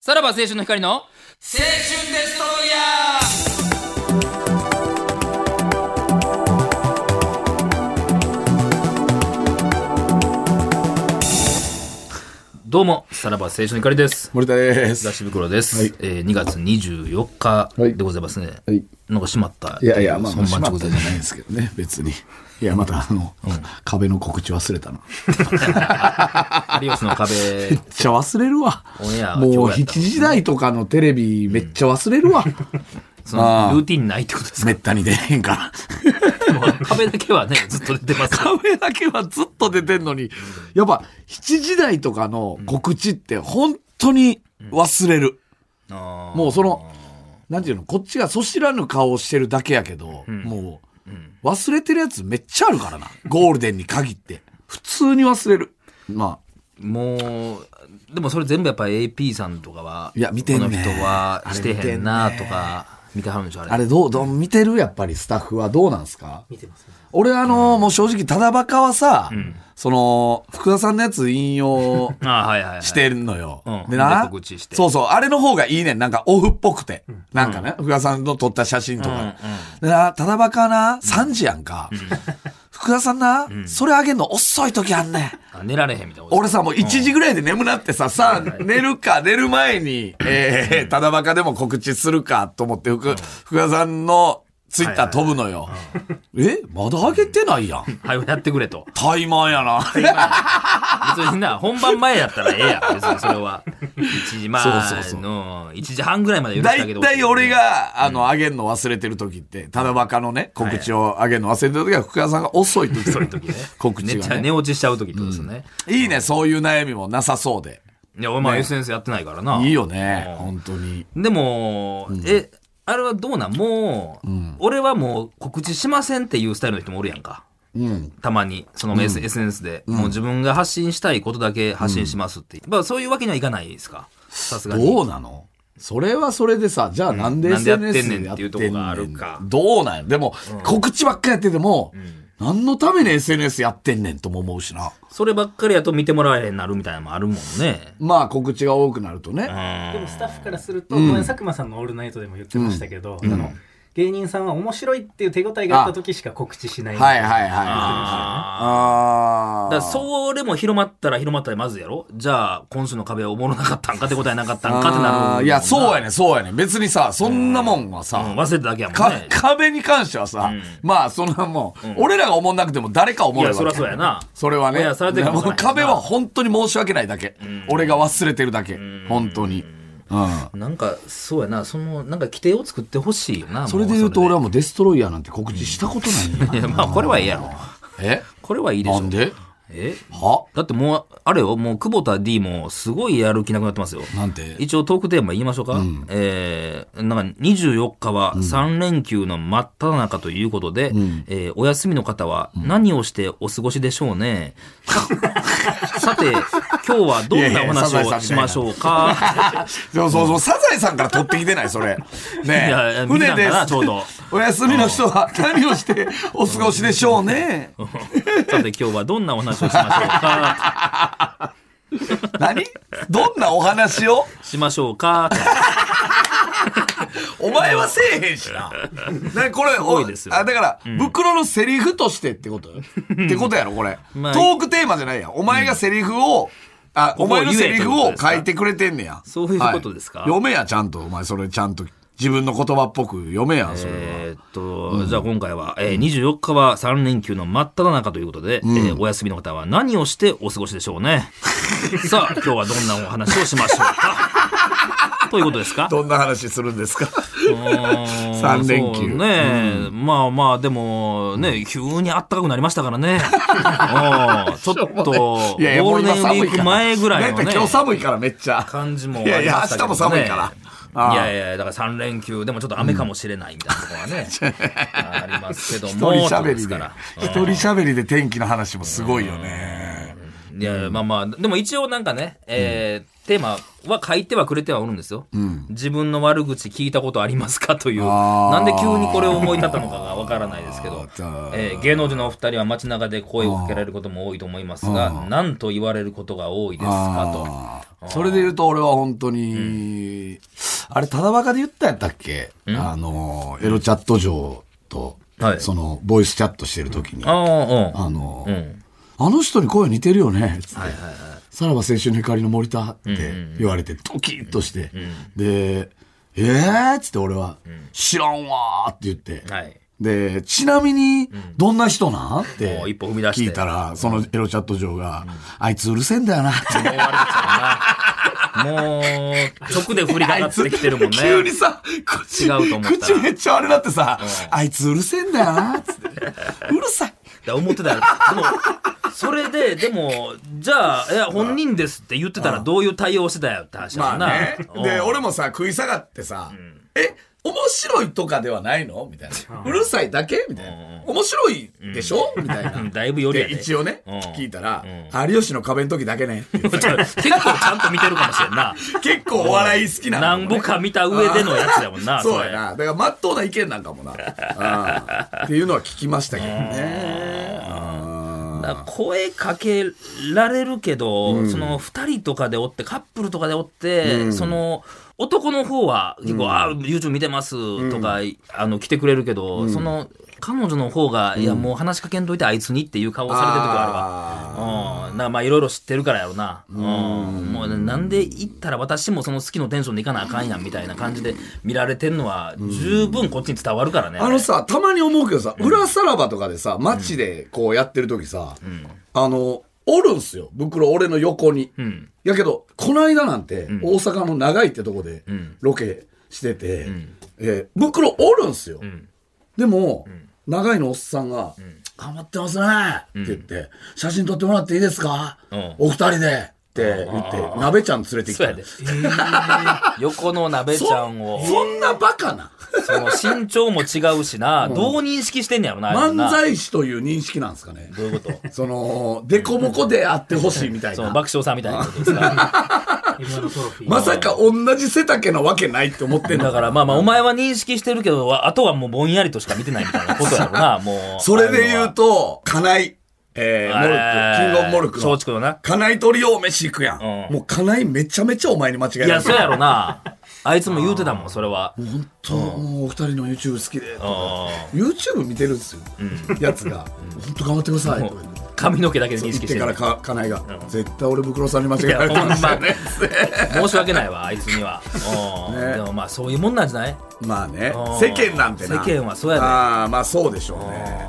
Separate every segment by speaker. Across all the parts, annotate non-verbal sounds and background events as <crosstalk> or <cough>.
Speaker 1: さらば青春の光の青春デストロイヤーどうも、さらば青春の光です。
Speaker 2: 森田です。
Speaker 1: 東袋です。
Speaker 2: はい
Speaker 1: えー、2月24日でございますね。
Speaker 2: はい
Speaker 1: なんか閉まった。
Speaker 2: いやいや、まあ、まあ
Speaker 1: 本
Speaker 2: 閉
Speaker 1: 番直
Speaker 2: まっ
Speaker 1: 前
Speaker 2: たじゃないんですけど <laughs> ね、別に。いや、またあの、壁の告知忘れたな。
Speaker 1: 有吉の壁、
Speaker 2: <laughs> めっちゃ忘れるわ。
Speaker 1: オンエア
Speaker 2: もう
Speaker 1: 今日や
Speaker 2: 7
Speaker 1: った
Speaker 2: 時台とかのテレビめっちゃ忘れるわ。
Speaker 1: そのルーティンないってことですか
Speaker 2: <laughs> めったに出へんから。
Speaker 1: もう壁だけはね、ずっと出てます。
Speaker 2: <laughs> 壁だけはずっと出てんのに、やっぱ7時台とかの告知って本当に忘れる。
Speaker 1: も
Speaker 2: もうその、なんていうの、こっちがそしらぬ顔をしてるだけやけど、もう、忘れてるやつめっちゃあるからな。ゴールデンに限って。普通に忘れる。まあ。
Speaker 1: もう、でもそれ全部やっぱ AP さんとかは、
Speaker 2: いや見てんね
Speaker 1: この人はしてへんなとか、見てはるんでしょ、あれ。
Speaker 2: あれどう、どう、見てるやっぱりスタッフはどうなんすか
Speaker 1: 見てます。
Speaker 2: 俺あの、もう正直、ただバカはさ、その、福田さんのやつ引用
Speaker 1: ああ、はいはい、はい。
Speaker 2: してんのよ。
Speaker 1: うん
Speaker 2: でな
Speaker 1: で告知して
Speaker 2: そうそう、あれの方がいいねん。なんかオフっぽくて。なんかね、福田さんの撮った写真とか。でな、ただバカな、3時やんか。福田さんな、それあげんの遅い時あんねん。
Speaker 1: あ寝られへんみたいな。
Speaker 2: 俺さ、もう1時ぐらいで眠なってさ、さあ、寝るか、寝る前に、えー、ただバカでも告知するかと思って、福、福田さんのツイッター飛ぶのよ。えまだ上げてないやん。
Speaker 1: 早くやってくれと。
Speaker 2: 怠慢
Speaker 1: <laughs>
Speaker 2: やな。
Speaker 1: 別にな、本番前やったらええやん。別にそれは。1時、まあ、
Speaker 2: そうそうそう
Speaker 1: の1時半ぐらいまで許してあ
Speaker 2: だ
Speaker 1: げ
Speaker 2: い
Speaker 1: て
Speaker 2: たい俺
Speaker 1: が。
Speaker 2: が、あの、上げんの忘れてる時って、ただバカのね、告知を上げるの忘れてる時は、福田さんが遅
Speaker 1: <laughs>
Speaker 2: い時。
Speaker 1: そういう時ね。
Speaker 2: 告知
Speaker 1: 寝ちゃ
Speaker 2: が
Speaker 1: う
Speaker 2: ね
Speaker 1: 寝。落ちしちゃう時ってことですよね。
Speaker 2: いいね、そういう悩みもなさそうで。
Speaker 1: いや、俺まあ
Speaker 2: ね
Speaker 1: SNS やってないからな。
Speaker 2: いいよね、
Speaker 1: うん
Speaker 2: 本当に。
Speaker 1: でも、え、あれはどうなんもう、俺はもう告知しませんっていうスタイルの人もおるやんか。
Speaker 2: うん。
Speaker 1: たまに、その S- SNS で、もう自分が発信したいことだけ発信しますって。まあそういうわけにはいかないですか。さすがに。
Speaker 2: どうなのそれはそれでさ、じゃあなんで
Speaker 1: なんでやってんねん
Speaker 2: SNS でや
Speaker 1: っ
Speaker 2: ってて
Speaker 1: いう
Speaker 2: ん
Speaker 1: とこ
Speaker 2: ねん
Speaker 1: があるか
Speaker 2: どうなんやでも、告知ばっかやってても、何のために SNS やってんねんとも思うしな。
Speaker 1: そればっかりやと見てもらえへんなるみたいなのもあるもんね。
Speaker 2: まあ告知が多くなるとね。
Speaker 3: でもスタッフからすると、この間佐久間さんの「オールナイト」でも言ってましたけど、あの芸人さんは面白いっていう手応えがあった時しか告知しない
Speaker 2: はいはいはい。
Speaker 1: あーだ
Speaker 2: あ
Speaker 1: から
Speaker 2: あ。
Speaker 1: それも広まったら広まったらまずやろじゃあ、今週の壁はおもろなかったんかって答えなかったんかってなるもん
Speaker 2: あ
Speaker 1: な
Speaker 2: ーいや、そうやね、そうやね。別にさ、そんなもんは
Speaker 1: うん
Speaker 2: さ、
Speaker 1: 忘れただけやもん
Speaker 2: か
Speaker 1: ね。
Speaker 2: 壁に関してはさ、まあそんなもん、俺らが思んなくても誰か思
Speaker 1: いうや、
Speaker 2: わ
Speaker 1: そ
Speaker 2: け
Speaker 1: りゃそうやな。
Speaker 2: それはね
Speaker 1: いやそれはできることない
Speaker 2: もう壁は本当に申し訳ないだけ、俺が忘れてるだけ、本当に、うん、
Speaker 1: なんか、そうやな、その、なんか規定を作ってほしいよな。
Speaker 2: それで言うと俺
Speaker 1: も
Speaker 2: はもうデストロイヤーなんて告知したことないん
Speaker 1: それ
Speaker 2: や
Speaker 1: で。いや、まあ、これはいいやろ。
Speaker 2: え
Speaker 1: これはいいでし
Speaker 2: な
Speaker 1: ょ。
Speaker 2: んで
Speaker 1: え
Speaker 2: は
Speaker 1: だってもう、あれよ、もう、久保田 D も、すごいやる気なくなってますよ。
Speaker 2: なんて
Speaker 1: 一応トークテーマ言いましょうか。えー、なんか24日は3連休の真っ只中ということで、えーお休みの方は何をしてお過ごしでしょうね。 <laughs> さて、今日はどんなお話をしましょうか。 <laughs>
Speaker 2: そうそうそう、サザエさんから取ってきてない、それ。ね
Speaker 1: い
Speaker 2: え
Speaker 1: やいや見た
Speaker 2: 船
Speaker 1: んか
Speaker 2: で
Speaker 1: な
Speaker 2: す。
Speaker 1: ちょうど
Speaker 2: <laughs> お休みの人は何をしてお過ごしでしょうね。
Speaker 1: さて、今日はどんなお話をしましょうか。 <laughs>
Speaker 2: 何どんなお話を
Speaker 1: しましょうか。
Speaker 2: お前はせえへんし <laughs> な。なこれ、
Speaker 1: ごいですよ
Speaker 2: おあ、だから、袋のセリフとしてってことよってことやろ、これ。
Speaker 1: まあ
Speaker 2: トークテーマじゃないやん。お前がセリフを、あ、お前のセリ
Speaker 1: こ
Speaker 2: フ
Speaker 1: こを言えということ
Speaker 2: を
Speaker 1: ですか
Speaker 2: 書いてくれてんねや。
Speaker 1: そういうことですか
Speaker 2: はい読めや、ちゃんと。お前、それちゃんと、自分の言葉っぽく読めや、それは。
Speaker 1: えーっと、じゃあ今回は、えー、24日は3連休の真っ只中ということで、えーお休みの方は何をしてお過ごしでしょう
Speaker 2: <laughs>
Speaker 1: ね。さあ、今日はどんなお話をしましょうか。ということですか
Speaker 2: どんな話するんですか
Speaker 1: 三
Speaker 2: 連休
Speaker 1: ね、まあまあ、でもね、急にあったかくなりましたから
Speaker 2: <laughs>
Speaker 1: ね。うんちょっと、ゴー
Speaker 2: いやい <laughs> や、もう
Speaker 1: ルデ
Speaker 2: 今
Speaker 1: ンウィ
Speaker 2: 寒い
Speaker 1: ー
Speaker 2: か
Speaker 1: ク
Speaker 2: ら。
Speaker 1: 前ぐらいの
Speaker 2: だっ
Speaker 1: ね
Speaker 2: て。今日寒いから、めっちゃ。
Speaker 1: <laughs> 感じもあ
Speaker 2: いやい
Speaker 1: り
Speaker 2: や
Speaker 1: まし、たけ
Speaker 2: 明
Speaker 1: ど
Speaker 2: 日も寒いから。あ
Speaker 1: い
Speaker 2: あ
Speaker 1: やいやいやだから3連休でもちょっと雨かもしれないみたいなところが
Speaker 2: <laughs>
Speaker 1: ね、ありますけど
Speaker 2: 一
Speaker 1: も
Speaker 2: 人喋
Speaker 1: とい
Speaker 2: り
Speaker 1: うこと
Speaker 2: で
Speaker 1: ですか。
Speaker 2: 一人喋りで天気の話もすごいよね。
Speaker 1: らいやいやまあまあでも一応なんかね、えーテーマは書いてはくれてはおるんですよ、自分の悪口聞いたことありますかという
Speaker 2: あー
Speaker 1: なんで急にこれを思い立ったのかがわからないですけど
Speaker 2: じゃあ、
Speaker 1: えー芸能人のお二人は街中で声をかけられることも多いと思いますが何と言われることが多いですかと。
Speaker 2: それで言うと俺は本当に、あれ、ただバカで言ったんやったっけあの、エロチャット上と
Speaker 1: は、い
Speaker 2: その、ボイスチャットしてる時に、
Speaker 1: あ
Speaker 2: あ
Speaker 1: あ、
Speaker 2: の
Speaker 1: うん。う、ん。
Speaker 2: あの人に声似てるよね、つって。さらば青春の光の森田って言われて、ドキッとして。で、えーっつって俺は、知らんわーって言って。
Speaker 1: はい。
Speaker 2: で、ちなみに、どんな人なんって
Speaker 1: もう一歩踏み出して
Speaker 2: 聞いたら、そのエロチャット上が、あいつうるせえんだよなって。
Speaker 1: もう、直で振りかかってきてるもんね。
Speaker 2: 急にさ、
Speaker 1: 違
Speaker 2: 口、
Speaker 1: うと思ったら
Speaker 2: 口めっちゃあれだってさ、あいつうるせえんだよなっつって。うる
Speaker 1: <laughs>
Speaker 2: さい。
Speaker 1: だ思ってたよでも、それで、でも、じゃあ、いや、本人ですって言ってたらどういう対応してたよって話
Speaker 2: ま
Speaker 1: だ
Speaker 2: あ
Speaker 1: な。
Speaker 2: ね。で、
Speaker 1: うん
Speaker 2: 俺もさ、食い下がってさ、え、面白いとかではないのみたいな。うるさいだけみたいな。面白いでしょみたいな
Speaker 1: うん。だいぶよりや
Speaker 2: で、
Speaker 1: で
Speaker 2: 一応ね
Speaker 1: うん、
Speaker 2: 聞いたら、有吉の壁の時だけね。っていう
Speaker 1: <laughs> ちょ結構ちゃんと見てるかもしれんな。
Speaker 2: 結構お笑い好きな
Speaker 1: なんん
Speaker 2: だも
Speaker 1: ぼ
Speaker 2: んね
Speaker 1: か見た上でのやつやもんな、
Speaker 2: <laughs> そう
Speaker 1: れ
Speaker 2: やな。だから、まっとうな意見なんかもな。うんっていうのは聞きましたけどね。うん
Speaker 1: だから声かけられるけど、その2人とかでおってカップルとかでおって、その男の方は結構「ああ YouTube 見てます」とか、あの来てくれるけど、その彼女の方が「いやもう話しかけんといてあいつに」っていう顔されてるとこあるわ。
Speaker 2: あ
Speaker 1: うん、なんかまあいろいろ知ってるからやろな、うん、もうなんで行ったら私もその好きのテンションで行かなあかんやんみたいな感じで見られてんのは十分こっちに伝わるからね、
Speaker 2: ーあのさ、たまに思うけどさ、裏さらばとかでさ、街でこうやってる時さ、あの、おるんすよ。袋俺の横に。
Speaker 1: ん
Speaker 2: やけど、この間なんて、大阪の長いってとこで
Speaker 1: ん
Speaker 2: ロケしてて、えー袋おるんすよ。でも、長いのおっさんが、頑張ってますねって言って、写真撮ってもらっていいですか、
Speaker 1: うん
Speaker 2: お二人でって言って、鍋ちゃん連れてき
Speaker 1: そう
Speaker 2: た
Speaker 1: や
Speaker 2: の
Speaker 1: で。 <laughs> 横の鍋ち
Speaker 2: そ
Speaker 1: ゃんを
Speaker 2: そんなバカな。
Speaker 1: その身長も違うしな、どう認識してんねやろな、あれな
Speaker 2: 漫才師という認識なんですかね。
Speaker 1: どういうこと
Speaker 2: その、デコボコであってほしいみたい
Speaker 1: その
Speaker 2: な。
Speaker 1: 爆笑さんみたいなことですか
Speaker 3: M1 のトロフィー。
Speaker 2: まさか同じ背丈なわけないって思ってんの
Speaker 1: だからまあまあ、お前は認識してるけど、あとはもうぼんやりとしか見てないみたいなことやろな、もう。
Speaker 2: <laughs> それで言うと、金井、えー、モル
Speaker 1: え
Speaker 2: ッ
Speaker 1: ー
Speaker 2: ク、キングオブモルックの
Speaker 1: 松竹のな。
Speaker 2: 金井トリオ飯行くやん。
Speaker 1: うん
Speaker 2: もう金井めちゃめちゃお前に間違えら
Speaker 1: い
Speaker 2: れ
Speaker 1: や、
Speaker 2: てる
Speaker 1: そうやろな。あいつも言うてたもん、それは。うん。
Speaker 2: 本当、もうお二人の YouTube 好きで。YouTube 見てるんですよ。やつが。本当頑張ってください。とか言って
Speaker 1: 髪の毛だけで
Speaker 2: そう
Speaker 1: 認
Speaker 2: 言っ
Speaker 1: 識してて
Speaker 2: から
Speaker 1: る。
Speaker 2: か金井が、絶対俺袋さんに間違えられたんですよね。
Speaker 1: 申し訳ないわ、あいつには。うん
Speaker 2: ね
Speaker 1: でもまあ、そういうもんなんじゃない
Speaker 2: <laughs> まあね
Speaker 1: うん、
Speaker 2: 世間なんてな。
Speaker 1: 世間はそうやで
Speaker 2: ああ、まあそうでしょうね。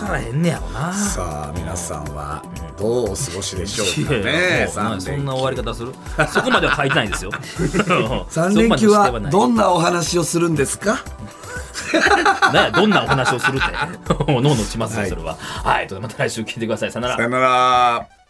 Speaker 1: 分からへんねやろな。
Speaker 2: さあ皆さんはどうお過ごしでしょうか
Speaker 1: いやい
Speaker 2: ね
Speaker 1: や
Speaker 2: 三連休
Speaker 1: そんな終わり方する <laughs> そこまでは書いてないですよ
Speaker 2: <laughs> 三連休はど
Speaker 1: ん
Speaker 2: んなお話をするんですか
Speaker 1: などんなお <laughs> 話をするって脳のちますねそれははい、ということでまた来週聞いてくださいさよなら
Speaker 2: さよなら